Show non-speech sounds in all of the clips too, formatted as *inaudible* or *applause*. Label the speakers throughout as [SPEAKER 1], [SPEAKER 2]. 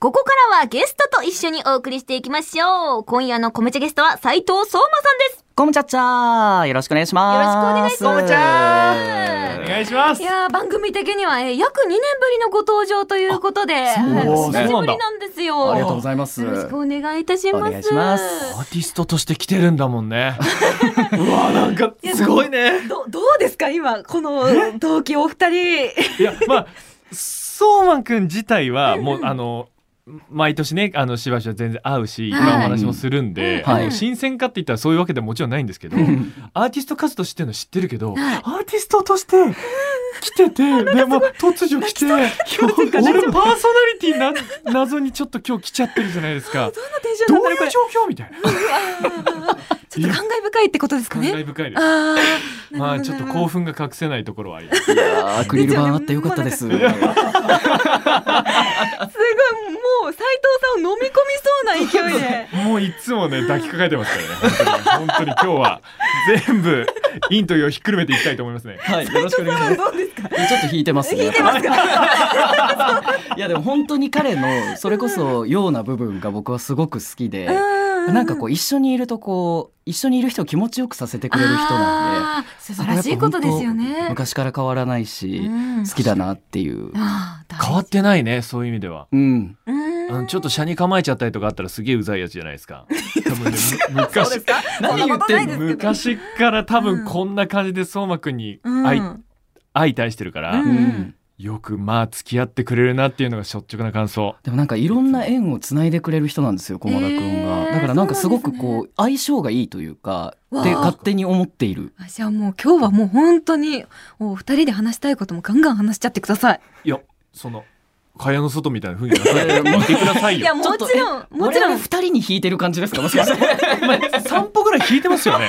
[SPEAKER 1] ここからはゲストと一緒にお送りしていきましょう。今夜のコメチャゲストは斉藤聡馬さんです。
[SPEAKER 2] コムチャッチャーよろしくお願いしま
[SPEAKER 1] よ
[SPEAKER 2] す
[SPEAKER 1] ろしくお願いしますコムチ
[SPEAKER 2] ャ
[SPEAKER 3] お願いします
[SPEAKER 1] いやー番組的には、えー約2年ぶりのご登場ということで、はい
[SPEAKER 2] なんですね
[SPEAKER 1] お久しぶりなんですよ。
[SPEAKER 2] ありがとうございます
[SPEAKER 1] よろしくお願いいたします。
[SPEAKER 2] お願いします
[SPEAKER 3] アーティストとして来てるんだもんね *laughs* うわなんかすごいね
[SPEAKER 1] どどうですか今この同期お二人
[SPEAKER 3] いやまあそうまんくん自体はもうあの毎年ねあのしばしば全然会うし、
[SPEAKER 1] はい
[SPEAKER 3] 今お話もするんで、
[SPEAKER 2] はい
[SPEAKER 3] あの新鮮かって言ったらそういうわけでももちろんないんですけど、アーティスト活動してるの知ってるけど、アーティストとして来て *laughs* てでも突如来て俺パーソナリティな謎にちょっと今日来ちゃってるじゃないですか
[SPEAKER 1] どんなテンショ
[SPEAKER 3] *laughs* ど
[SPEAKER 1] ン
[SPEAKER 3] う
[SPEAKER 1] なんだろうこ
[SPEAKER 3] いう
[SPEAKER 1] れ
[SPEAKER 3] 状況みたいな
[SPEAKER 1] ちょっと感慨深いってことですか
[SPEAKER 3] 感
[SPEAKER 1] ね
[SPEAKER 3] 慨深いです
[SPEAKER 1] あー
[SPEAKER 3] ま
[SPEAKER 1] な
[SPEAKER 3] あ
[SPEAKER 1] るほど
[SPEAKER 3] ちょっと
[SPEAKER 1] なるほ
[SPEAKER 3] 興
[SPEAKER 1] ど
[SPEAKER 3] 奮が隠せないところはあります。
[SPEAKER 2] アクリル板あってよかったです
[SPEAKER 1] いすごいもう斉藤さんを飲み込みそうな勢いで
[SPEAKER 3] もういつもね抱きかかえてますからね。本当に本当に今日は全部インというをひっくるめていきたいと思いますね。
[SPEAKER 2] はいよろしくお願いします
[SPEAKER 1] どうですか
[SPEAKER 2] ちょっと引いてますね
[SPEAKER 1] 聞いてますか
[SPEAKER 2] いやでも本当に彼のそれこそような部分が僕はすごく好きでなんかこう一緒にいるとこう一緒にいる人を気持ちよくさせてくれる人なんで
[SPEAKER 1] あー素晴らしいことですよ
[SPEAKER 2] やっぱ本当
[SPEAKER 1] ね
[SPEAKER 2] 昔から変わらないし、
[SPEAKER 1] うん
[SPEAKER 2] 好きだなっていう
[SPEAKER 1] あー大事
[SPEAKER 3] 変わってないねそういう意味では。
[SPEAKER 2] うん
[SPEAKER 1] うん
[SPEAKER 3] あのちょっと車に構えちゃったりとかあったらすげえうざいやつじゃないですか。多分ね
[SPEAKER 1] *laughs*
[SPEAKER 3] む
[SPEAKER 1] そうで
[SPEAKER 3] 昔
[SPEAKER 1] すかそんなことないですけど
[SPEAKER 3] 昔から多分こんな感じで相馬くんに
[SPEAKER 1] うん
[SPEAKER 3] 愛,、愛対してるから、
[SPEAKER 1] うん
[SPEAKER 2] うん
[SPEAKER 3] よくまあ付き合ってくれるなっていうのが率直な感想。
[SPEAKER 2] でもなんかいろんな縁をつないでくれる人なんですよ駒田くんが、
[SPEAKER 1] へー
[SPEAKER 2] だからなんかすご
[SPEAKER 1] そ
[SPEAKER 2] く
[SPEAKER 1] うなん
[SPEAKER 2] こう相性がいいというか
[SPEAKER 1] わあ
[SPEAKER 2] で勝手に思っている
[SPEAKER 1] あじゃあもう今日はもう本当にお二人で話したいこともガンガン話しちゃってください。
[SPEAKER 3] いやその蚊帳の外みたいな風になさないで待ってください
[SPEAKER 1] い
[SPEAKER 3] よ
[SPEAKER 1] や。もちろんもちろ
[SPEAKER 2] 我々
[SPEAKER 1] ん。い
[SPEAKER 2] 二人に引いてる感じですかもしか *laughs* して
[SPEAKER 3] 散歩ぐらい引いてますよね。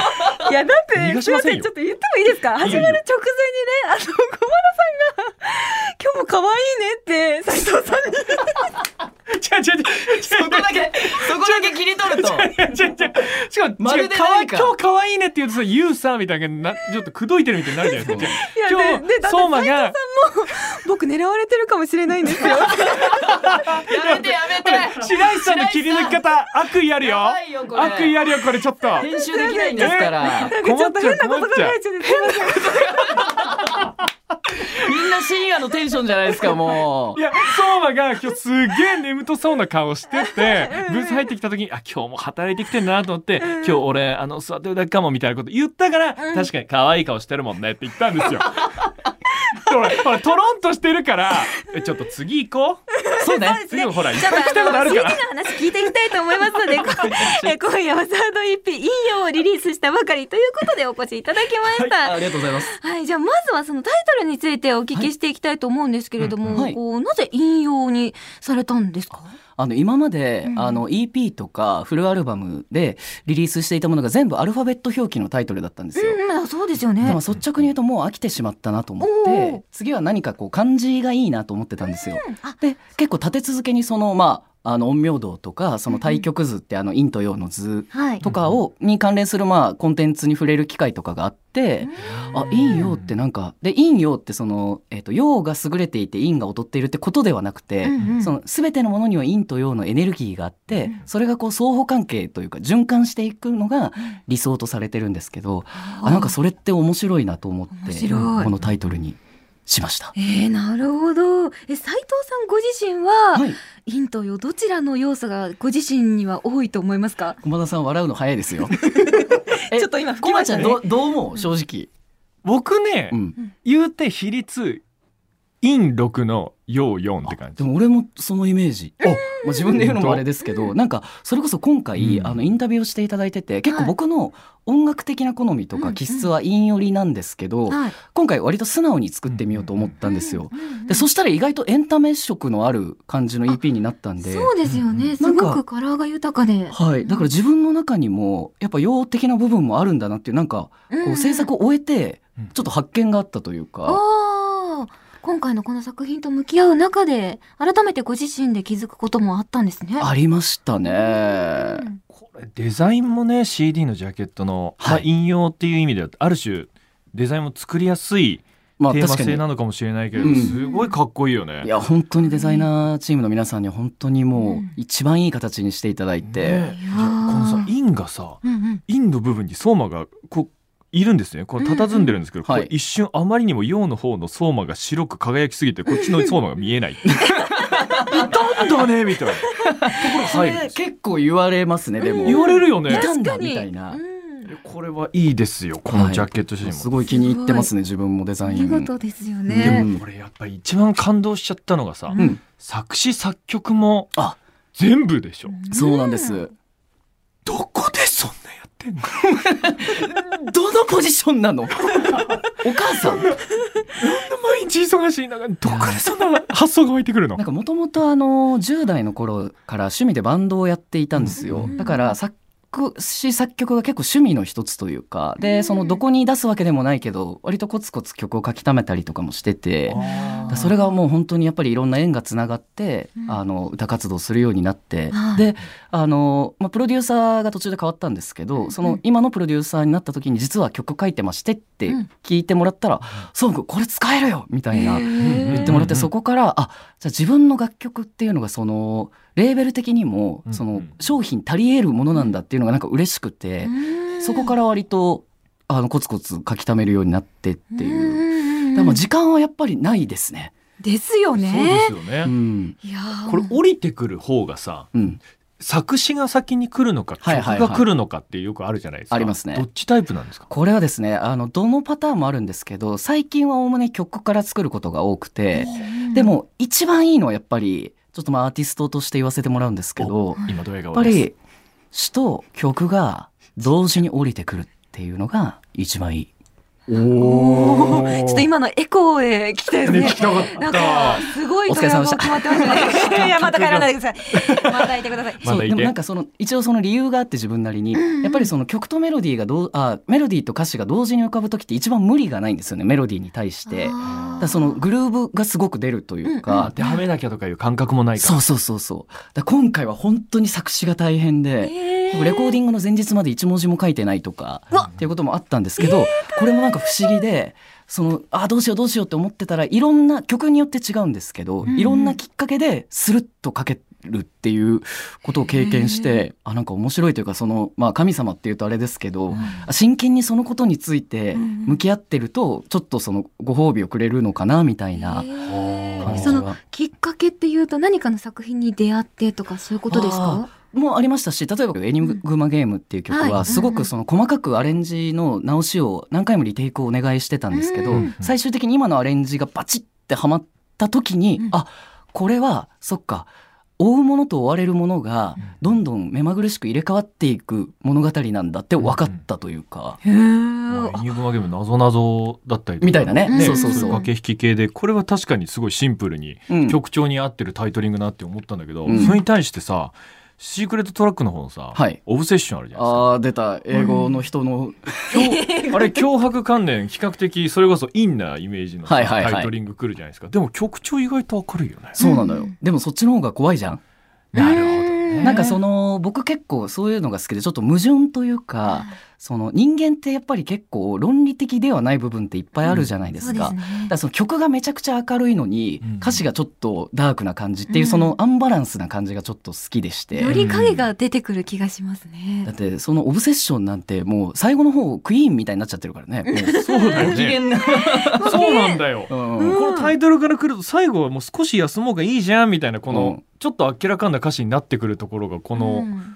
[SPEAKER 1] やだって
[SPEAKER 3] 逃が
[SPEAKER 1] す
[SPEAKER 3] し
[SPEAKER 1] いま
[SPEAKER 3] ませ
[SPEAKER 1] せ
[SPEAKER 3] ん
[SPEAKER 1] ん
[SPEAKER 3] よ
[SPEAKER 1] ちょっと言ってもいいですか。
[SPEAKER 3] い
[SPEAKER 1] 始
[SPEAKER 3] よ
[SPEAKER 1] まる直前にねあの小原さんが今日も可愛いねって斉藤さんに。
[SPEAKER 3] 違う違う違う違う
[SPEAKER 2] けそこだけ切り取 *laughs* ると
[SPEAKER 3] 違う違うしかも
[SPEAKER 2] ま
[SPEAKER 3] 違
[SPEAKER 2] る
[SPEAKER 3] う
[SPEAKER 2] で
[SPEAKER 3] かわ
[SPEAKER 2] ないんか
[SPEAKER 3] 今日可愛いねって言うとさユーサーみたいななちょっと口説いてるみたいになるじゃないですか
[SPEAKER 1] いや
[SPEAKER 3] 今
[SPEAKER 1] ででだって
[SPEAKER 3] 日相馬が
[SPEAKER 1] 僕狙われてるかもしれないんですよ。
[SPEAKER 2] やめてやめ
[SPEAKER 3] 白石さんの切り抜き方悪意あるよ
[SPEAKER 2] やばいよこれ
[SPEAKER 3] 悪意あるよこれちょっと
[SPEAKER 2] 編集できないんですから
[SPEAKER 1] なんかちょっと変なこと考えちゃってすいません。
[SPEAKER 2] みんな深夜のテンションじゃないですかも
[SPEAKER 3] いや相馬が今日すげえ眠とそうな顔しててブース入ってきた時にあ今日も働いてきてんなと思って今日俺あの座ってるだけかもみたいなこと言ったから確かに可愛い顔してるもんねって言ったんで
[SPEAKER 2] *laughs*
[SPEAKER 3] すよほらほらトロンとしてるからえちょっと次行こう
[SPEAKER 2] うそうね
[SPEAKER 3] 次もほらいっ
[SPEAKER 1] ちょっ
[SPEAKER 3] ぱい来たこと
[SPEAKER 1] と
[SPEAKER 3] あ
[SPEAKER 1] あの
[SPEAKER 3] る
[SPEAKER 1] CD の
[SPEAKER 3] から
[SPEAKER 1] 話聞いていきたいと思いますので、こ *laughs* え今夜はサード EP 引用をリリースしたばかりということでお越しいただきました。
[SPEAKER 2] ありがとうございます
[SPEAKER 1] はい、じゃあまずはそのタイトルについてお聞きしていきたいと思うんですけれども、
[SPEAKER 2] うんはい
[SPEAKER 1] こうなぜ引用にされたんですか、
[SPEAKER 2] あの今まで、
[SPEAKER 1] うん
[SPEAKER 2] あの EP とかフルアルバムでリリースしていたものが全部アルファベット表記のタイトルだったんですよ、
[SPEAKER 1] うん、あそうですよ
[SPEAKER 2] で
[SPEAKER 1] ね
[SPEAKER 2] も。率直に言うともう飽きてしまったなと思っ
[SPEAKER 1] おー
[SPEAKER 2] て次は何かこう漢字がいいなと思ってたんですよ。
[SPEAKER 1] あ
[SPEAKER 2] で結構立て続けにそのまああの陰陽道とかその対極図ってあの陰と陽の図
[SPEAKER 1] はい。
[SPEAKER 2] とかをに関連するまあコンテンツに触れる機会とかがあって *laughs* あ陰陽ってなんかで陰陽ってその、えっと陽が優れていて陰が劣っているってことではなくて、
[SPEAKER 1] うんうん
[SPEAKER 2] その全てのものには陰と陽のエネルギーがあって、それがこう相互関係というか循環していくのが理想とされてるんですけど、あなんかそれって面白いなと思って
[SPEAKER 1] 面白い
[SPEAKER 2] このタイトルにしました。
[SPEAKER 1] えー、なるほど。え斉藤さんご自身は、
[SPEAKER 2] はい、
[SPEAKER 1] 陰と陽どちらの要素がご自身には多いと思いますか？
[SPEAKER 2] 駒田さん笑うの早いで
[SPEAKER 1] *laughs*
[SPEAKER 2] すよ。
[SPEAKER 1] ちょっと今吹き
[SPEAKER 2] 駒
[SPEAKER 1] まし
[SPEAKER 2] ち
[SPEAKER 1] た
[SPEAKER 2] ゃん
[SPEAKER 1] ね
[SPEAKER 2] どどう思う正直。
[SPEAKER 3] 僕ね、
[SPEAKER 2] うん。
[SPEAKER 3] 言うて比率陰6の陽4って感
[SPEAKER 2] で
[SPEAKER 3] じ
[SPEAKER 2] も俺もそのイメージ。
[SPEAKER 3] お
[SPEAKER 2] まあ自分で言うのもあれですけど、なんかそれこそ今回、
[SPEAKER 3] うん
[SPEAKER 2] あのインタビューをしていただいてて、結
[SPEAKER 1] は
[SPEAKER 2] 構
[SPEAKER 1] い
[SPEAKER 2] 僕の音楽的な好みと
[SPEAKER 1] うんう
[SPEAKER 2] か
[SPEAKER 1] ん
[SPEAKER 2] 気質は陰寄りなんですけど、
[SPEAKER 1] はい。
[SPEAKER 2] 今回割と素直に作ってみようと思ったんですよ。
[SPEAKER 1] うんうんうん
[SPEAKER 2] でそしたら意外とエンタメ色のある感じの EP になったんで。
[SPEAKER 1] そうですよね。す
[SPEAKER 2] なん
[SPEAKER 1] ご
[SPEAKER 2] か
[SPEAKER 1] くカラーが豊かで。
[SPEAKER 2] はい、だから自分の中にもやっぱ陽的な部分もあるんだなっていうなんかこう制作
[SPEAKER 1] を。
[SPEAKER 2] を終えて
[SPEAKER 3] うん
[SPEAKER 2] ちょっと発見があったというか、
[SPEAKER 1] あー今回のこの作品と向き合う中で、改めてご自身で気づくこともあったんですね。
[SPEAKER 2] ありました
[SPEAKER 1] う
[SPEAKER 2] ね。
[SPEAKER 1] ん
[SPEAKER 3] これデザインもね CD のジャケットの、
[SPEAKER 2] はい
[SPEAKER 3] まあ、陰陽っていう意味ではある種デザインも作りやすい
[SPEAKER 2] まあ
[SPEAKER 3] テーマ
[SPEAKER 2] 確か
[SPEAKER 3] 性
[SPEAKER 2] に
[SPEAKER 3] なのかもしれないけど、
[SPEAKER 2] うん
[SPEAKER 3] すごいかっこいいよね。
[SPEAKER 2] いや本当にデザイナーチームの皆さんに本当にも
[SPEAKER 1] う
[SPEAKER 2] うん一番いい形にしていただいて、
[SPEAKER 3] ねえこのさ、インがさ、
[SPEAKER 1] うんうん
[SPEAKER 3] インの部分に相馬がこういるんですね。こう佇んでるんですけど、
[SPEAKER 2] うんうん
[SPEAKER 3] これ一瞬あまりにも陽の方の相馬が白く輝きすぎてこっちの相馬が
[SPEAKER 2] *laughs*
[SPEAKER 3] 見えない。いたんだねみたいなところ
[SPEAKER 2] そ
[SPEAKER 3] 入るん
[SPEAKER 2] れ
[SPEAKER 3] ですよ。
[SPEAKER 2] 結構言われますねでも、
[SPEAKER 3] 言われるよ
[SPEAKER 2] い
[SPEAKER 3] ね。
[SPEAKER 2] た
[SPEAKER 1] 確
[SPEAKER 2] んだ
[SPEAKER 1] かに
[SPEAKER 2] みたいな
[SPEAKER 1] うん
[SPEAKER 3] これはいいですよ。このジャケット写真も。
[SPEAKER 2] すごい気に入ってますね自分もデザイ
[SPEAKER 1] 見
[SPEAKER 2] ン
[SPEAKER 1] 事ですよ
[SPEAKER 2] でも
[SPEAKER 1] ね。
[SPEAKER 3] これやっぱり一番感動しちゃったのがさ、
[SPEAKER 1] うん
[SPEAKER 3] 作詞作曲も
[SPEAKER 2] あ
[SPEAKER 3] 全部でしょ、
[SPEAKER 2] そうなんです、
[SPEAKER 3] どこでそんなやってんの
[SPEAKER 2] どのポジションなの *laughs* お母さん
[SPEAKER 3] 毎日忙しい中にどこでそんな発想が湧いてくるの
[SPEAKER 2] なんかもともとあの10代の頃から趣味でバンドをやっていたんですよ、
[SPEAKER 1] うん
[SPEAKER 2] だから作詞作曲が結構趣味の一つというかでそのどこに出すわけでもないけど割とコツコツ曲を書き溜めたりとかもしてて
[SPEAKER 3] あ
[SPEAKER 2] だ
[SPEAKER 3] ー
[SPEAKER 2] それがもう本当にやっぱりいろんな縁がつながって、
[SPEAKER 1] うん
[SPEAKER 2] あの歌活動するようになって、
[SPEAKER 1] はい
[SPEAKER 2] であの、まあ、プロデューサーが途中で変わったんですけど、その今のプロデューサーになった時に実は曲書いてましてって
[SPEAKER 1] うん
[SPEAKER 2] 聞いてもらったら「そうこれ使えるよ!」みたいな
[SPEAKER 1] へ
[SPEAKER 2] 言
[SPEAKER 1] ー
[SPEAKER 2] ってもらっ
[SPEAKER 3] うんうんう
[SPEAKER 2] て
[SPEAKER 3] ん
[SPEAKER 2] そこからあじゃあ自分の楽曲っていうのがそのレーベル的にも
[SPEAKER 3] うんうん
[SPEAKER 2] その商品足り得るものなんだっていうのがなんか嬉しくて、
[SPEAKER 1] うん
[SPEAKER 2] そこから割とあのコツコツ書き溜めるようになってっていう。
[SPEAKER 1] うんうんうん
[SPEAKER 2] でも時間はやっぱりないですね。
[SPEAKER 1] ですよ
[SPEAKER 3] そうで
[SPEAKER 1] ね。
[SPEAKER 3] すよね、
[SPEAKER 2] うん。
[SPEAKER 1] いやー
[SPEAKER 3] これ降りてくる方がさ
[SPEAKER 2] うん。
[SPEAKER 3] 作詞が先に来るのか曲
[SPEAKER 2] はいはいはい
[SPEAKER 3] が来るのかってよくあるじゃないですか、
[SPEAKER 2] ありますね
[SPEAKER 3] どっちタイプなんですか
[SPEAKER 2] これはですね、あの、どのパターンもあるんですけど、最近はおおむね曲から作ることが多くて、でも一番いいのはやっぱり、ちょっとまあアーティストとして言わせてもらうんですけど、や
[SPEAKER 3] 今どれが
[SPEAKER 2] っぱ
[SPEAKER 3] 多いです
[SPEAKER 2] り、詞と曲が同時に降りてくるっていうのが一番いい。
[SPEAKER 1] おーちょっと今のエコーで聞きたいですね。
[SPEAKER 3] ね聞きたかった
[SPEAKER 1] なんかすごい
[SPEAKER 2] お疲れ様でした
[SPEAKER 1] ドラマ決まってま
[SPEAKER 2] *laughs*
[SPEAKER 1] したね。いやまた帰らないでください。またいてください。
[SPEAKER 3] まだ
[SPEAKER 2] そ
[SPEAKER 3] いて
[SPEAKER 2] うでもなんかその一応その理由があって自分なりに、やっぱりその曲とメロディーがどうあメロディーと歌詞が同時に浮かぶ時って一番無理がないんですよねメロディーに対して。だからそのグルーブがすごく出るというか、
[SPEAKER 3] 当てはめなきゃとかいう感覚もないか
[SPEAKER 2] そ
[SPEAKER 3] ら
[SPEAKER 2] うそうそうそうだから今回は本当に作詞が大変で、レコーディングの前日まで一文字も書いてないとかっていうこともあったんですけど、これもなんか不思議でそのあどうしようどうしようって思ってたらいろんな曲によって違うんですけど、
[SPEAKER 1] ん
[SPEAKER 2] いろんなきっかけでスルッと書けるっていうことを経験して、あなんか面白いというかその、まあ、神様っていうとあれですけど、真剣にそのことについて向き合ってるとちょっとそのご褒美をくれるのかなみたいな
[SPEAKER 1] へ
[SPEAKER 2] 感
[SPEAKER 1] ー
[SPEAKER 2] じ
[SPEAKER 1] そ
[SPEAKER 2] は。
[SPEAKER 1] のきっかけっていうと何かの作品に出会ってとかそういうことですか？
[SPEAKER 2] もありましたし例えば「エニグマゲーム」っていう曲
[SPEAKER 1] うんは
[SPEAKER 2] はいすごくその細かくアレンジの直しを何回もリテイクをお願いしてたんですけど、
[SPEAKER 1] うん
[SPEAKER 2] 最終的に今のアレンジがバチッてはまった時に、
[SPEAKER 1] うん
[SPEAKER 2] あこれはそっか追うものと追われるものがどんどん目まぐるしく入れ替わっていく物語なんだって分かったというか、
[SPEAKER 1] へえ。
[SPEAKER 3] まあ、エニグマゲーム謎謎だったりとか
[SPEAKER 2] みたいなね
[SPEAKER 1] そうそうそう
[SPEAKER 3] 駆け引き系でこれは確かにすごいシンプルに
[SPEAKER 2] うん
[SPEAKER 3] 曲調に合ってるタイトリングなって思ったんだけど、
[SPEAKER 2] うん
[SPEAKER 3] それに対してさシークレットトラックの方のさ、
[SPEAKER 2] はい
[SPEAKER 3] オブセッションあるじゃない
[SPEAKER 2] あー出た英語の人の、
[SPEAKER 3] ですかあれ脅迫関連比較的それこそインなイメージのさ
[SPEAKER 2] はいはいはい
[SPEAKER 3] タイトリングくるじゃないですかでも曲調意外と明るいよね
[SPEAKER 2] そうなのよ、
[SPEAKER 1] うん
[SPEAKER 2] でもそっちの方が怖いじゃん
[SPEAKER 3] なるほどね
[SPEAKER 2] なんかその僕結構そういうのが好きでちょっと矛盾というかその人間ってやっぱり結構論理的ではない部分っていっぱいあるじゃないで
[SPEAKER 1] そ
[SPEAKER 2] す
[SPEAKER 1] うで
[SPEAKER 2] か。
[SPEAKER 1] すね。
[SPEAKER 2] だからその曲がめちゃくちゃ明るいのに、
[SPEAKER 3] うん
[SPEAKER 2] 歌詞がちょっとダークな感じってい
[SPEAKER 1] う
[SPEAKER 2] う
[SPEAKER 1] ん
[SPEAKER 2] そのアンバランスな感じがちょっと好きでして、
[SPEAKER 1] より影が出てくる気がしますね
[SPEAKER 2] だっ。てそのオブセッションなんてもう最後の方クイーンみたいになっちゃってるからね *laughs* もう
[SPEAKER 3] そうだよ
[SPEAKER 2] ご機嫌
[SPEAKER 3] ね
[SPEAKER 2] な、
[SPEAKER 3] そうなんだよ、
[SPEAKER 2] うん
[SPEAKER 3] このタイトルからくると最後はもう少し休もうがいいじゃんみたいなこの、
[SPEAKER 2] うん
[SPEAKER 3] ちょっと明らかな歌詞になってくるところがこの、
[SPEAKER 1] うん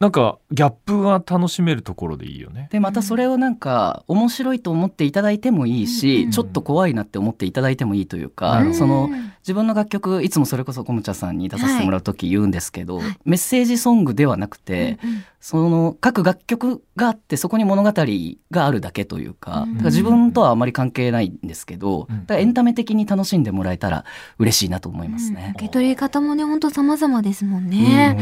[SPEAKER 3] なんかギャップが楽しめるところでいいよね。
[SPEAKER 2] でまたそれをなんか面白いと思っていただいてもいいし、
[SPEAKER 1] うん
[SPEAKER 2] ちょっと怖いなって思っていただいてもいいというか、
[SPEAKER 3] うん
[SPEAKER 2] その
[SPEAKER 1] うん
[SPEAKER 2] 自分の楽曲いつもそれこそコムチャさんに出させてもらう時言うんですけど、
[SPEAKER 1] はいはい
[SPEAKER 2] メッセージソングではなくて、
[SPEAKER 1] うん
[SPEAKER 2] その各楽曲があってそこに物語があるだけというか,、
[SPEAKER 1] うん
[SPEAKER 2] だから自分とはあまり関係ないんですけど、
[SPEAKER 3] うん
[SPEAKER 2] だからエンタメ的に楽しんでもらえたら嬉しいなと思いますね。
[SPEAKER 1] 受け取り方もね本当様々ですもんね。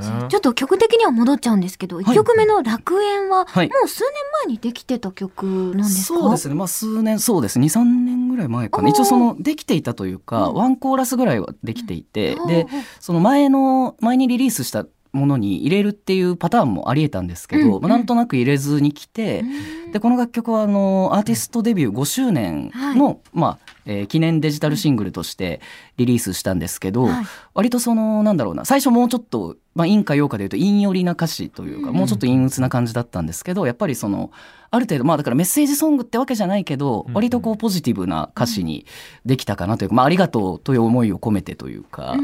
[SPEAKER 3] そうね
[SPEAKER 1] ちょっと曲的には戻っちゃうんですけど、
[SPEAKER 2] い
[SPEAKER 1] 一曲目の楽園は、
[SPEAKER 2] はい
[SPEAKER 1] もう数年前にできてた曲なんですか
[SPEAKER 2] そうですね、まあ、数年そうです23年ぐらい前かな
[SPEAKER 1] おー
[SPEAKER 2] 一応そのできていたというか、
[SPEAKER 1] うん
[SPEAKER 2] ワンコーラスぐらいはできていて、
[SPEAKER 1] うん
[SPEAKER 2] でその前の前にリリースしたものに入れるっていうパターンもありえたんですけど、
[SPEAKER 1] うんうん
[SPEAKER 2] まあ、なんとなく入れずに来て、でこの楽曲はあのアーティストデビュー5周年の、まあえー記念デジタルシングルとしてリリースしたんですけど、
[SPEAKER 1] はい
[SPEAKER 2] 割とそのなんだろうな最初もうちょっと、まあ、陰か陽かでいうと陰寄りな歌詞というか、
[SPEAKER 1] うん
[SPEAKER 2] もうちょっと陰鬱な感じだったんですけどやっぱりそのある程度まあだからメッセージソングってわけじゃないけど、
[SPEAKER 3] うん
[SPEAKER 2] 割とこうポジティブな歌詞にできたかなというか、まあ、ありがとうという思いを込めてというか。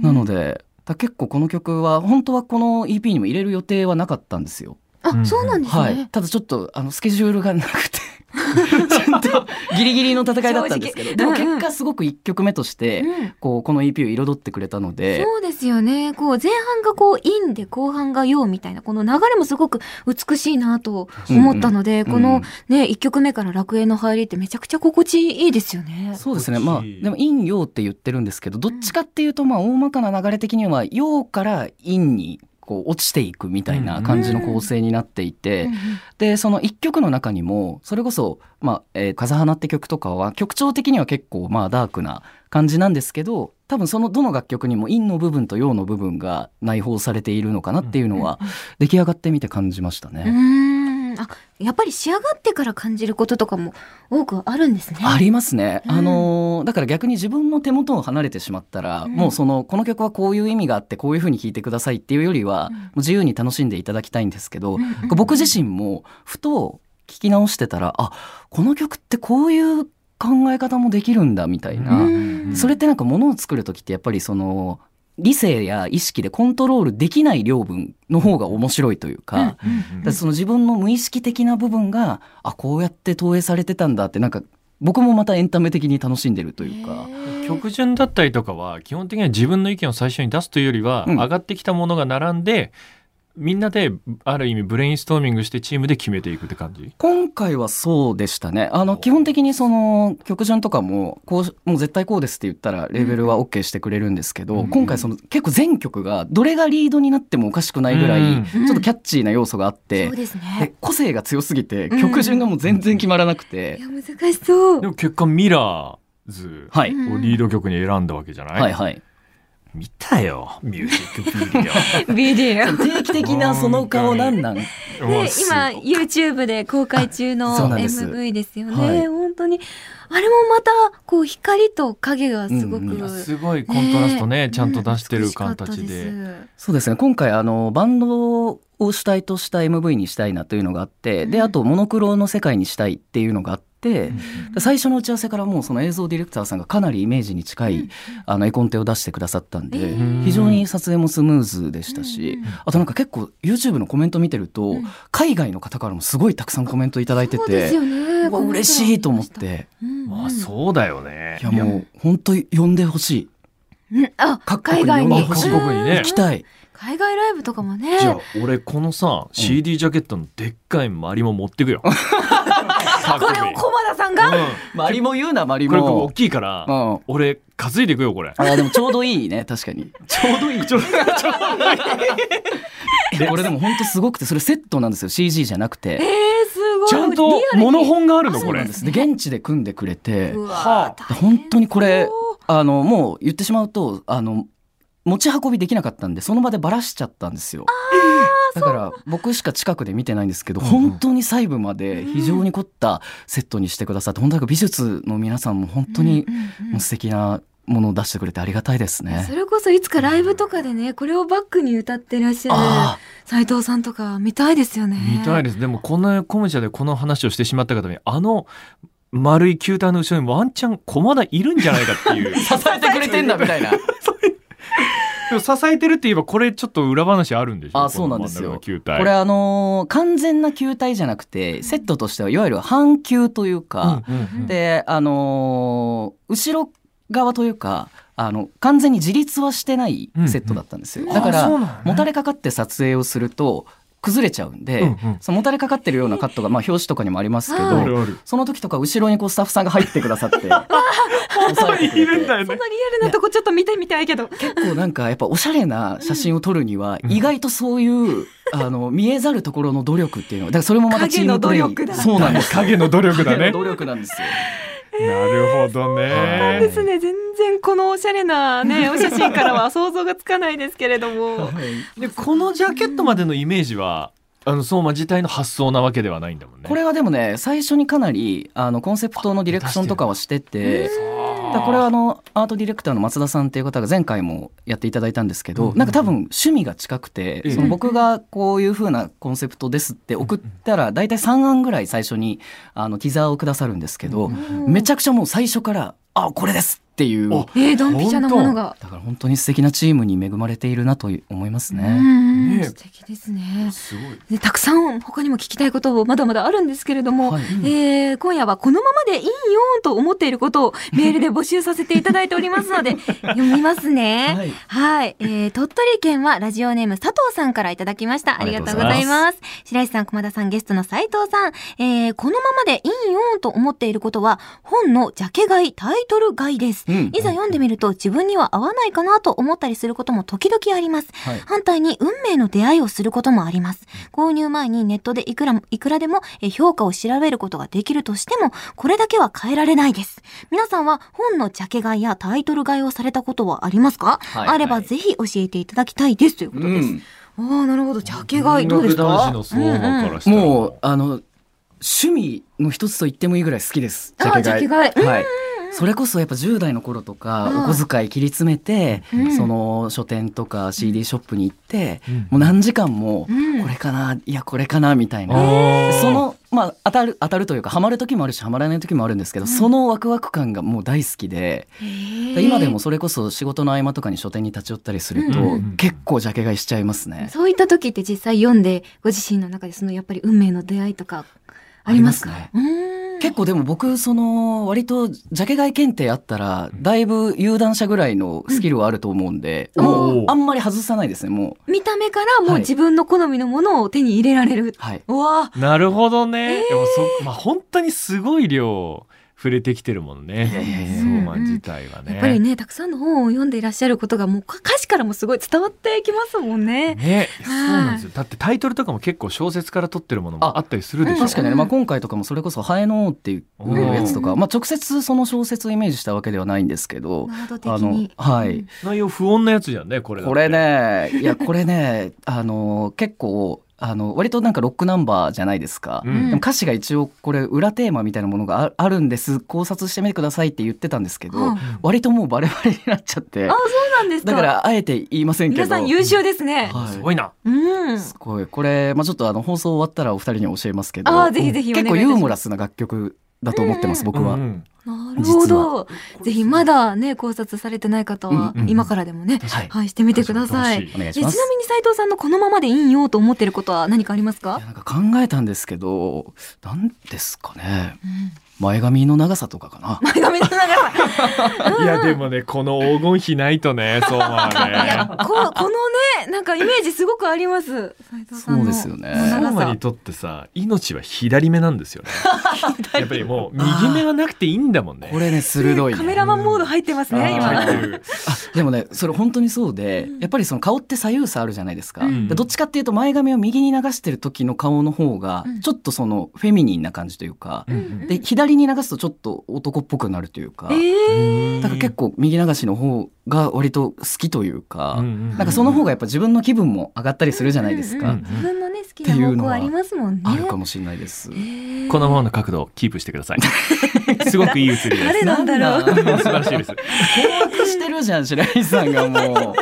[SPEAKER 1] な
[SPEAKER 2] なのでだ結構この曲は本当はこの EP にも入れる予定はなかったんですよ。
[SPEAKER 1] あ、そうなんですね。
[SPEAKER 2] はい、ただちょっとあのスケジュールがなくて *laughs* ちょっとギリギリの戦いだったんですけど
[SPEAKER 1] 正
[SPEAKER 2] で
[SPEAKER 1] 直
[SPEAKER 2] も
[SPEAKER 1] うんうん
[SPEAKER 2] 結果すごく1曲目として
[SPEAKER 1] うん
[SPEAKER 2] こうこの EP を彩ってくれたので
[SPEAKER 1] そうですよね。こう前半がこうインで後半が陽みたいなこの流れもすごく美しいなと思ったので、
[SPEAKER 2] うん
[SPEAKER 1] このね一曲目から楽園の入りってめちゃくちゃ心地いいですよね。
[SPEAKER 2] そうですねまあ
[SPEAKER 3] こっち
[SPEAKER 2] でも陰陽って言ってるんですけどどっちかっていうとまあ大まかな流れ的には陽から陰にこう落ちていくみたいな感じの構成になっていて。
[SPEAKER 1] うんうん
[SPEAKER 2] でその1曲の中にもそれこそ「まあえー風花」って曲とかは曲調的には結構まあダークな感じなんですけど多分そのどの楽曲にも陰の部分と陽の部分が内包されているのかなっていうのは出来上がってみて感じましたね。
[SPEAKER 1] うーんあやっぱり仕上がってから感じることとかも多くあるんですね。
[SPEAKER 2] ありますね、
[SPEAKER 1] うん
[SPEAKER 2] あのーだから逆に自分の手元を離れてしまったら、
[SPEAKER 1] うん
[SPEAKER 2] もうそのこの曲はこういう意味があってこういう風に聴いてくださいっていうよりは、
[SPEAKER 1] うん
[SPEAKER 2] もう自由に楽しんでいただきたいんですけど、
[SPEAKER 1] うんうん
[SPEAKER 2] 僕自身もふと聞き直してたらあこの曲ってこういう考え方もできるんだみたいな、
[SPEAKER 1] うん
[SPEAKER 2] それってなんか物を作る時ってやっぱりその理性や意識でコントロールできない量分の方が面白いというか。
[SPEAKER 1] うん
[SPEAKER 2] だからその自分の無意識的な部分があこうやって投影されてたんだってなんか僕もまたエンタメ的に楽しんでるというか
[SPEAKER 1] へー
[SPEAKER 3] 曲順だったりとかは基本的には自分の意見を最初に出すというよりは、
[SPEAKER 2] うん
[SPEAKER 3] 上がってきたものが並んでみんなである意味ブレインストーミングしてチームで決めていくって感じ
[SPEAKER 2] 今回はそうでしたねあの基本的にその曲順とかもこうもう絶対こうですって言ったらレーベルは OK してくれるんですけど、
[SPEAKER 3] うん
[SPEAKER 2] 今回その結構全曲がどれがリードになってもおかしくないぐらい、
[SPEAKER 3] うん
[SPEAKER 2] ちょっとキャッチーな要素があって、
[SPEAKER 1] そうです
[SPEAKER 2] で
[SPEAKER 1] ね。
[SPEAKER 2] 個性が強すぎて
[SPEAKER 1] うん
[SPEAKER 2] 曲順がもう全然決まらなくて
[SPEAKER 1] い、や難しそう
[SPEAKER 3] で。も結果ミラーズ
[SPEAKER 2] はい、
[SPEAKER 1] うん
[SPEAKER 3] をリード曲に選んだわけじゃない、
[SPEAKER 2] はいはい
[SPEAKER 3] 見たよミュージック
[SPEAKER 1] ビ
[SPEAKER 3] ビデ
[SPEAKER 1] デオ。
[SPEAKER 2] *laughs* 定期的なその顔なんなん
[SPEAKER 3] オ
[SPEAKER 1] *laughs*
[SPEAKER 3] う
[SPEAKER 1] ね
[SPEAKER 3] わ、すご
[SPEAKER 1] 今
[SPEAKER 3] い
[SPEAKER 1] YouTube で公開中の
[SPEAKER 2] あそうなんです
[SPEAKER 1] MV ですよね。
[SPEAKER 2] はい
[SPEAKER 1] 本当にあれもまたこう光と影がすごく、
[SPEAKER 2] うんうん
[SPEAKER 3] すごいコントラストねちゃんと出してる形で,、
[SPEAKER 2] *laughs* そうですね今回あのバンドを主体とした MV にしたいなというのがあって、
[SPEAKER 1] う
[SPEAKER 2] で
[SPEAKER 1] ん
[SPEAKER 2] あとモノクロの世界にしたいっていうのがあって、
[SPEAKER 3] うん
[SPEAKER 2] で最初の打ち合わせからもうその映像ディレクターさんがかなりイメージに近い、あの絵コンテを出してくださったんで、
[SPEAKER 1] え
[SPEAKER 3] ー
[SPEAKER 2] 非常に撮影もスムーズでしたし、
[SPEAKER 1] うんうん
[SPEAKER 2] あとなんか結構 YouTube のコメント見てると、
[SPEAKER 1] うん
[SPEAKER 2] 海外の方からもすごいたくさんコメントいただいて
[SPEAKER 1] そうです
[SPEAKER 2] て。
[SPEAKER 1] よね。
[SPEAKER 2] うわ嬉しいと思っ。て、
[SPEAKER 1] うんうん
[SPEAKER 3] まあそうだよね
[SPEAKER 2] いやもう本当に呼んでほし
[SPEAKER 1] うんあ
[SPEAKER 2] 各国
[SPEAKER 1] 海外に
[SPEAKER 2] にあ各
[SPEAKER 3] 国にね
[SPEAKER 2] い、行きたい。
[SPEAKER 1] 海外ライブとかもね。
[SPEAKER 3] じゃあ俺このさ、CD ジャケットのでっかいマリも持ってくよ。こ
[SPEAKER 1] これを駒田さんが、
[SPEAKER 2] *laughs* マリも言うな、マ
[SPEAKER 3] う
[SPEAKER 2] リ
[SPEAKER 3] ん、これこれ大
[SPEAKER 2] も。
[SPEAKER 3] きいから、
[SPEAKER 2] うん、
[SPEAKER 3] 俺担いでいくよこれ。
[SPEAKER 2] あでもちょうどいいね *laughs* 確かに
[SPEAKER 3] ちょうどいいちょうど *laughs* いい。
[SPEAKER 2] えこれでも本当すごくてそれセットなんですよ CG じゃなく
[SPEAKER 1] えー
[SPEAKER 2] て
[SPEAKER 1] すごい。
[SPEAKER 3] ちゃんと
[SPEAKER 1] リアルに
[SPEAKER 3] 物本があるの
[SPEAKER 1] あ
[SPEAKER 3] こ
[SPEAKER 2] な
[SPEAKER 3] れ
[SPEAKER 2] んで。すで現地で組んでくれて
[SPEAKER 1] うわ
[SPEAKER 3] は
[SPEAKER 1] 大変
[SPEAKER 2] 本当にこれ
[SPEAKER 1] そう
[SPEAKER 2] あのもう言ってしまうとあの持ち運びできなかったんでその場でバラしちゃったんですよだから僕しか近くで見てないんですけど
[SPEAKER 3] うんうん
[SPEAKER 2] 本当に細部まで非常に凝ったセットにしてくださって本当に美術の皆さんも本当に
[SPEAKER 1] うんうんうん
[SPEAKER 2] もう素敵なものを出してくれてありがたいです
[SPEAKER 1] そ
[SPEAKER 2] ね。
[SPEAKER 1] れこそいつかライブとかでねこれをバックに歌ってらっしゃ
[SPEAKER 2] あ
[SPEAKER 1] る斉藤さんとか見たいですよね
[SPEAKER 3] 見たいです。でもこんなコムチャでこの話をしてしまった方にあの丸い球体の後ろにワンチャン駒田いるんじゃないかっていう。
[SPEAKER 2] あ支えてくれてんだみたいな。
[SPEAKER 3] でも支えてるって言えばこれちょっと裏話あるんでしょ。
[SPEAKER 2] あそうなんですよ
[SPEAKER 3] この真ん中の球体。
[SPEAKER 2] これあのー完全な球体じゃなくてセットとしてはいわゆる半球というか、
[SPEAKER 3] うんうんうん
[SPEAKER 2] であのー後ろ側というかあの完全に自立はしてないセットだったんですよ、
[SPEAKER 1] うんうん
[SPEAKER 2] だか
[SPEAKER 3] あ
[SPEAKER 2] ら、
[SPEAKER 3] そうなんだ
[SPEAKER 2] もたれかかって撮影をすると崩れちゃうんで、
[SPEAKER 3] うんうん
[SPEAKER 2] そのもたれかかってるようなカットが、まあ、表紙とかにもありますけ
[SPEAKER 1] あー
[SPEAKER 2] ど
[SPEAKER 3] あるある。
[SPEAKER 2] その時とか後ろにこうスタッフさんが入ってくだ
[SPEAKER 3] *laughs*
[SPEAKER 2] さって
[SPEAKER 3] 本当にいるんだ
[SPEAKER 1] そ
[SPEAKER 3] よね
[SPEAKER 1] ん。なリアルなとこちょっと見てみたいけど
[SPEAKER 2] 結構なんかやっぱおしゃれな写真を撮るには意外とそういうあの見えざるところの努力っていうのがだからそれもまたチームプレ
[SPEAKER 1] 影の努力
[SPEAKER 2] イ
[SPEAKER 1] だ
[SPEAKER 2] そうなんですよ
[SPEAKER 3] 影の努力だ
[SPEAKER 2] 影
[SPEAKER 3] ね
[SPEAKER 2] の。努力なんですよ
[SPEAKER 3] なるほど
[SPEAKER 1] なん
[SPEAKER 3] ね
[SPEAKER 1] ですね全然このおしゃれなねお写真からは想像がつかないですけれども
[SPEAKER 3] でこのジャケットまでのイメージはあの相馬自体の発想なわけではないんだもんね
[SPEAKER 2] これはでもね最初にかなりあのコンセプトのディレクションとかはしててだからこれはあのアートディレクターの松田さんっていう方が前回もやっていただいたんですけど、
[SPEAKER 3] うんうんうん
[SPEAKER 2] なんか多分趣味が近くて、
[SPEAKER 3] ええ
[SPEAKER 2] その僕がこういう風なコンセプトですって送ったら大体3案ぐらい最初にあのティザーをくださるんですけど、めち
[SPEAKER 1] ゃ
[SPEAKER 2] ゃくちゃもう最初から「あこれです!」っていう
[SPEAKER 3] お
[SPEAKER 1] えー、ドンピシャなものが、
[SPEAKER 2] だから本当に素敵なチームに恵まれているなと思います
[SPEAKER 1] う
[SPEAKER 2] ね。
[SPEAKER 1] ん
[SPEAKER 3] ね
[SPEAKER 1] 素敵ですね
[SPEAKER 3] すごい
[SPEAKER 1] でたくさん他にも聞きたいことをまだまだあるんですけれども、
[SPEAKER 2] はい
[SPEAKER 1] えー今夜はこのままでいいよと思っていることをメールで募集させていただいておりますの *laughs* で読みますね。
[SPEAKER 2] はい
[SPEAKER 1] はい、えー鳥取県はラジオネーム佐藤さんからいただきました。ありがとうござ
[SPEAKER 3] あ
[SPEAKER 1] い
[SPEAKER 3] りがと
[SPEAKER 1] ま
[SPEAKER 3] うござ
[SPEAKER 1] す。白石さん、熊田さん、ゲストの斉藤さん。えーこのままでいいよと思っていることは、本のジャケ買い、タイトル買いです。
[SPEAKER 2] うん
[SPEAKER 1] いざ読んでみると自分には合わないかなと思ったりすることも時々あります。
[SPEAKER 2] はい
[SPEAKER 1] 反対に運命の出会いをすることもあります。購入前にネットでいくらもいくらでもえー評価を調べることができるとしても、これだけは変えられないです。皆さんは本のジャケ買いやタイトル買いをされたことはありますか、
[SPEAKER 2] はい
[SPEAKER 1] あればぜひ教えていただきたいですということです。
[SPEAKER 2] うん
[SPEAKER 1] ああ、なるほど。ジャケ買いどうですか
[SPEAKER 3] 音楽男子の相馬からしたら
[SPEAKER 2] もうあの趣味の一つと言ってもいいぐらい好きです。
[SPEAKER 1] あージャケ買い
[SPEAKER 2] はい。それこそやっぱ10代の頃と
[SPEAKER 1] うん
[SPEAKER 2] かお小遣い切り詰めて、
[SPEAKER 1] うん
[SPEAKER 2] その書店とか CD ショップに行って、
[SPEAKER 3] うん
[SPEAKER 2] もう何時間も
[SPEAKER 1] うん
[SPEAKER 2] これかな、いやこれかなみたいな。
[SPEAKER 3] あー
[SPEAKER 2] そのまあ当たる当たるというかハマる時もあるしハマらない時もあるんですけど、そのワクワク感がもう大好きで、今でもそれこそ仕事の合間とかに書店に立ち寄ったりすると、
[SPEAKER 1] うん
[SPEAKER 3] うん
[SPEAKER 2] 結構ジャケ買いしちゃいますね。
[SPEAKER 1] そういった時って実際読んで、ご自身の中でそのやっぱり運命の出会いとかありますか
[SPEAKER 2] あり
[SPEAKER 1] うーん
[SPEAKER 2] 結構でも僕その割とジャケ買い検定あったらだいぶ有段者ぐらいのスキルはあると思うんで、
[SPEAKER 1] うん
[SPEAKER 2] も
[SPEAKER 3] お
[SPEAKER 2] う
[SPEAKER 3] ー
[SPEAKER 2] あんまり外さないですねもう
[SPEAKER 1] 見た目からもう自分の好みのものを手に入れられる。
[SPEAKER 2] はい。
[SPEAKER 1] うわあ
[SPEAKER 3] なるほどね、でもそまあ本当にすごい量触れてきてるもん
[SPEAKER 2] いやいやい
[SPEAKER 3] ね
[SPEAKER 2] や
[SPEAKER 3] 相馬自体はね。
[SPEAKER 1] やっぱりね、たくさんの本を読んでいらっしゃることがもう歌詞からもすごい伝わってきますもんね。
[SPEAKER 3] ね、
[SPEAKER 1] はい
[SPEAKER 3] そうなんですよ。だってタイトルとかも結構小説から取ってるものもあったりするでしょ。
[SPEAKER 1] あ
[SPEAKER 2] 確かにね、まあ、今回とかもそれこそ「ハエの王」っていうやつとか、
[SPEAKER 1] うん
[SPEAKER 2] まあ、直接その小説をイメージしたわけではないんですけど
[SPEAKER 1] ワード的
[SPEAKER 2] あの
[SPEAKER 1] に。
[SPEAKER 2] はい、
[SPEAKER 1] うん
[SPEAKER 3] 内容不穏なやつじゃんね、これだって。
[SPEAKER 2] これねいやこれねあの結構あの割となんかロックナンバーじゃないですか。
[SPEAKER 3] うん。
[SPEAKER 2] でも歌詞が一応これ裏テーマみたいなものがああるんです考察してみてくださいって言ってたんですけど、
[SPEAKER 1] うん
[SPEAKER 2] 割ともうバレバレになっちゃって
[SPEAKER 1] あ、そうなんですか。
[SPEAKER 2] だからあえて言いませんけど
[SPEAKER 1] 皆さん優秀ですね。
[SPEAKER 2] はい
[SPEAKER 3] すごいな。
[SPEAKER 1] うん。
[SPEAKER 2] すごいこれ、まあ、ちょっとあの放送終わったらお二人に教えますけど
[SPEAKER 1] あーぜひぜひお願いいた
[SPEAKER 2] 結
[SPEAKER 1] し
[SPEAKER 2] 構
[SPEAKER 1] ます
[SPEAKER 2] ユーモラスな楽曲だと思ってます、僕は、
[SPEAKER 3] うんうん
[SPEAKER 1] なるほど。ぜひまだね、考察されてない方は
[SPEAKER 3] うんうん、
[SPEAKER 1] 今からでもね、
[SPEAKER 2] はい
[SPEAKER 1] はい、してみてください。
[SPEAKER 3] 確
[SPEAKER 2] お願い
[SPEAKER 1] え
[SPEAKER 2] し
[SPEAKER 1] ち
[SPEAKER 2] ま
[SPEAKER 1] な
[SPEAKER 2] す
[SPEAKER 1] みに斉藤さんのこのままでいいよと思ってることは何かあります
[SPEAKER 2] い
[SPEAKER 1] か
[SPEAKER 2] や、なんか考えたんですけどなんですかね前髪の長さとかかな
[SPEAKER 1] 前髪の長さ。
[SPEAKER 3] かにいやでもねこの黄金比ないとね *laughs* そう
[SPEAKER 1] いや
[SPEAKER 3] はね
[SPEAKER 1] ここのねなんかイメージすごくあります斉藤さんの
[SPEAKER 2] そうですよね
[SPEAKER 1] 長
[SPEAKER 3] 相馬
[SPEAKER 1] さ
[SPEAKER 3] にとってさ命は左目なんですよねやっぱりもう右目はなくていいんだもんね
[SPEAKER 2] これね鋭い
[SPEAKER 1] カメ
[SPEAKER 2] ね
[SPEAKER 1] ラマンモード入ってます
[SPEAKER 3] あ
[SPEAKER 1] ね
[SPEAKER 3] ー
[SPEAKER 1] 今
[SPEAKER 3] 入ってる
[SPEAKER 2] でもねそれ本当にそうで
[SPEAKER 1] うん
[SPEAKER 2] やっぱりその顔って左右差あるじゃないですか、
[SPEAKER 1] うん
[SPEAKER 2] でどっちかっていうと前髪を右に流してる時の顔の方が
[SPEAKER 1] うん
[SPEAKER 2] ちょっとそのフェミニンな感じというか、
[SPEAKER 3] うん
[SPEAKER 1] うん
[SPEAKER 2] で左に流すとちょっと男っぽくなるというか、
[SPEAKER 1] ええ
[SPEAKER 2] だから結構右流しの方が割と好きというか、
[SPEAKER 3] うん
[SPEAKER 2] なんかその方がやっぱ自分の気分も上がったりするじゃないですか、
[SPEAKER 3] うんうん
[SPEAKER 1] 自分のね好きな方向ありますもんね
[SPEAKER 2] あるかもしれないです。
[SPEAKER 1] ええ
[SPEAKER 3] このままの角度をキープしてください
[SPEAKER 2] *laughs*
[SPEAKER 3] すごくいい写りです
[SPEAKER 1] 誰なんだろう
[SPEAKER 2] なんだ
[SPEAKER 3] *laughs* 素晴らし
[SPEAKER 2] *laughs*
[SPEAKER 3] いです
[SPEAKER 2] 困惑してるじゃん白石さんがもう。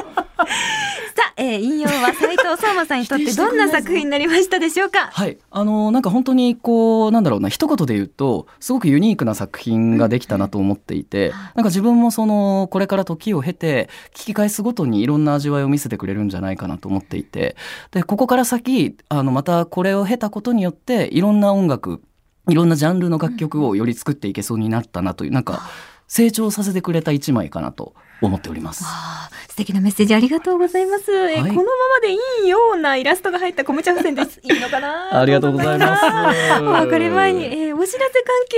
[SPEAKER 1] さあ、えー、引用は斉藤相馬さんにとってどんな作品になりましたでしょうか
[SPEAKER 2] はい、あのなんか本当にこうなんだろうな一言で言うとすごくユニークな作品ができたなと思っていてなんか自分もそのこれから時を経て聞き返すごとにいろんな味わいを見せてくれるんじゃないかなと思っていてでここから先あのまたこれを経たことによっていろんな音楽いろんなジャンルの楽曲をより作っていけそうになったなというなんか成長させてくれた一枚かなと思っております。
[SPEAKER 1] ああ素敵なメッセージありがとうございます、えー
[SPEAKER 2] はい
[SPEAKER 1] このままでいいようなイラストが入ったコムチャフセンですいいのかな
[SPEAKER 2] *laughs* ありがとうございます。
[SPEAKER 1] *laughs* わかる前に、えーお知らせ関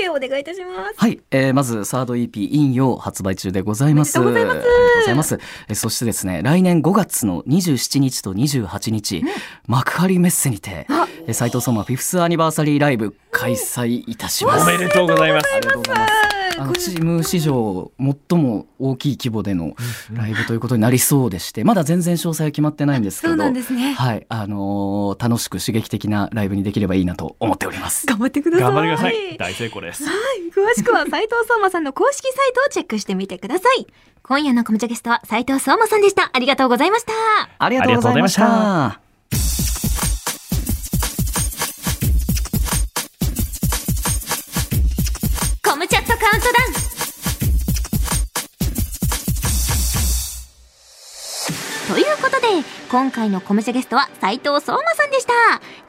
[SPEAKER 1] 係をお願いいたします。
[SPEAKER 2] はい、えーまずサード EP 引用発売中でございます。
[SPEAKER 1] おめでとうございます
[SPEAKER 2] ありがとうございます。えーそしてですね、来年5月の27日と28日、幕張メッセにて、えー斉藤相馬フィフスアニバーサリーライブ開催いたします。
[SPEAKER 3] おめでとうございます。
[SPEAKER 2] ありがとうございます。あのチーム史上最も大きい規模でのライブということになりそうでして、まだ全然詳細は決まってないんですけ
[SPEAKER 1] そう
[SPEAKER 2] ど、
[SPEAKER 1] なんですね。
[SPEAKER 2] はい、あのー楽しく刺激的なライブにできればいいなと思っております。
[SPEAKER 1] 頑張ってください。
[SPEAKER 3] 頑張ってくださ。
[SPEAKER 1] はい
[SPEAKER 3] 大成功です。
[SPEAKER 1] い詳しくは斉藤相馬さんの公式サイトをチェックしてみてください。今夜のコムチャゲストは斉藤相馬さんでした。ありがとうございました。
[SPEAKER 2] ありがとうございまし
[SPEAKER 3] ありがとうござい
[SPEAKER 2] た。
[SPEAKER 1] コムチャットカウントダウンということで今回のコムチャゲストは斉藤相馬さんでした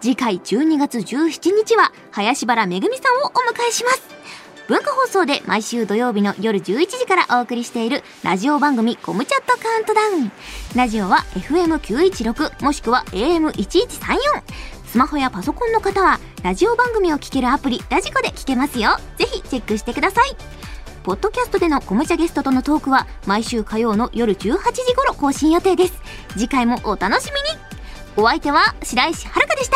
[SPEAKER 1] 次回12月17日は林原めぐみさんをお迎えします文化放送で毎週土曜日の夜11時からお送りしているラジオ番組コムチャットカウントダウンラジオは FM916 もしくは AM1134 スマホやパソコンの方はラジオ番組を聴けるアプリラジコで聴けますよぜひチェックしてくださいポッドキャストでのコムチャゲストとのトークは毎週火曜の夜18時頃更新予定です。次回もお楽しみにお相手は白石遥でした。